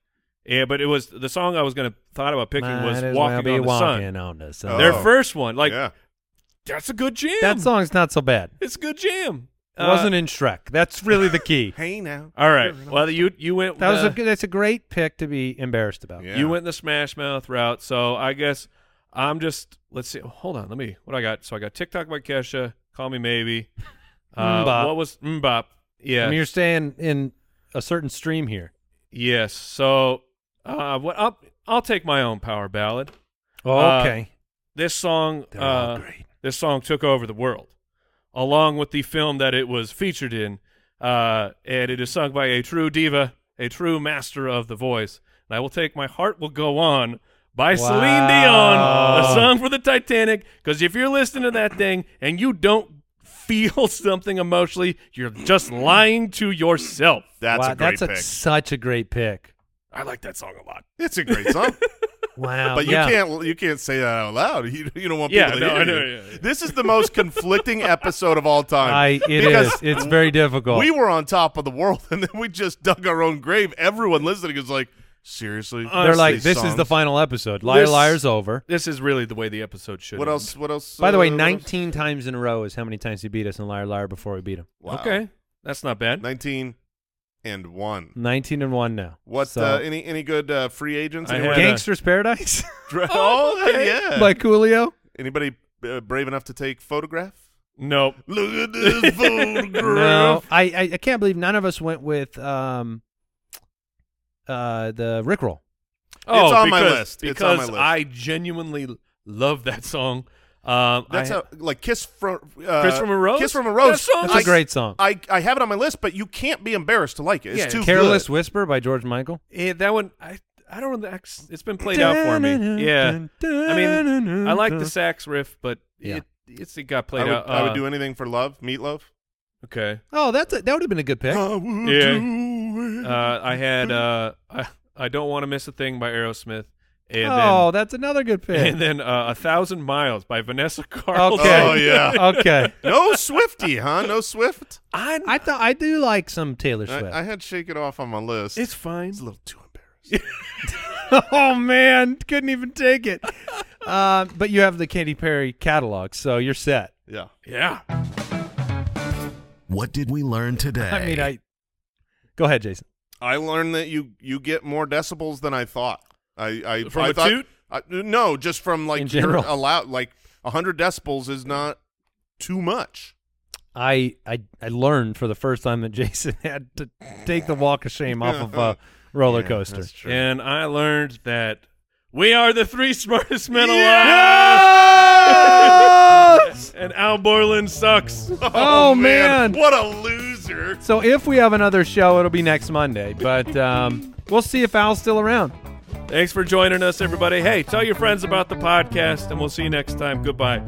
Yeah, but it was the song I was gonna thought about picking Might was as well Walking be on the Sun. walking on the sun. Oh. Their first one, like yeah. that's a good jam. That song's not so bad. it's a good jam. Uh, It wasn't in Shrek. That's really the key. Uh, Hey now. All right. Well, you you went. That was the- a good, that's a great pick to be embarrassed about. Yeah. You went the Smash Mouth route, so I guess I'm just let's see. Hold on, let me. What I got? So I got TikTok by Kesha, Call Me Maybe. Uh, Mbop. What was Mbop? I Yeah. mean, you're staying in a certain stream here. yes. So uh, what? I'll, I'll take my own power ballad. Oh, Uh, okay. This song. They're all uh, great. This song took over the world, along with the film that it was featured in, uh, and it is sung by a true diva, a true master of the voice. And I will take my heart will go on by Celine Dion, a song for the Titanic. Because if you're listening to that thing and you don't feel something emotionally, you're just lying to yourself. That's wow, a great that's a, pick. such a great pick. I like that song a lot. it's a great song, Wow. but you yeah. can't you can't say that out loud. You, you don't want Yeah, people to no, hear I know, you. yeah, yeah. This is the most conflicting episode of all time. I, it uh, because is. It's very difficult. We were on top of the world, and then we just dug our own grave. Everyone listening is like, seriously. They're like, These this is songs? the final episode. Liar, This- liar's over. This is really the way the episode should. What end. else? What else? By the way, uh, what else? 19 times in a row is how many times he beat us in Liar Liar before we beat him. Wow. Okay, that's not bad. nineteen and one. 19 and 1 now. What? Hmm. So, uh, any any good uh, free agents? I Anyone- had a- Gangster's Paradise Dra- oh, yeah. by Coolio? anybody uh, brave enough to take photograph? Nope. Look at this No. photograph. I, I, I can't believe none of us went with um, uh, the Rickroll. It's on my Oh, because- list. It's on Because my list. I genuinely love that song. Um, That's I- how like kiss from uh, Kiss from a Rose? Kiss from a rose. That song's That's a a great song. I, I have it on my list, but you can't be embarrassed to like it. It's Yeah, too Careless good. Whisper by George Michael. Yeah, eh, that one I I don't know. that's- It's been played out for me. Yeah, I mean, I like the sax riff, but Yeah. it it's it got I played would, out. I would uh, do anything for love, meatloaf. Okay, Oh, that's a, that would have been a good pick. Oh, would Yeah. do it. uh, I had uh, I I don't want to miss a thing by Aerosmith, and oh, that's another good then pick. and then uh, a thousand miles by Vanessa Carlton. okay. Oh, yeah. okay. no Swifty, huh? No Swift. I, I thought I do like some Taylor Swift. I, I had Shake It Off on my list. it's fine. It's a little too embarrassing. oh man, couldn't even take it. um, but you have the Katy Perry catalog, so you're set. yeah. Yeah, What did we learn today? I mean, I go ahead, Jason. I learned that you you get more decibels than I thought. I I From I a thought, toot? I- no, just from like In you're general. allowed like hundred decibels is not too much. I, I I learned for the first time that Jason had to take the walk of shame off of a roller coaster. and I learned that we are the three smartest men alive. and Al Borland sucks. Oh, man. what a loser! So if we have another show, it'll be next Monday. But um, we'll see if Al's still around. Thanks for joining us, everybody. Hey, tell your friends about the podcast, and we'll see you next time. Goodbye.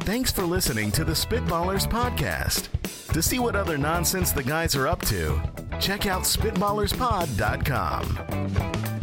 Thanks for listening to the Spitballers Podcast. To see what other nonsense the guys are up to, check out SpitballersPod.com.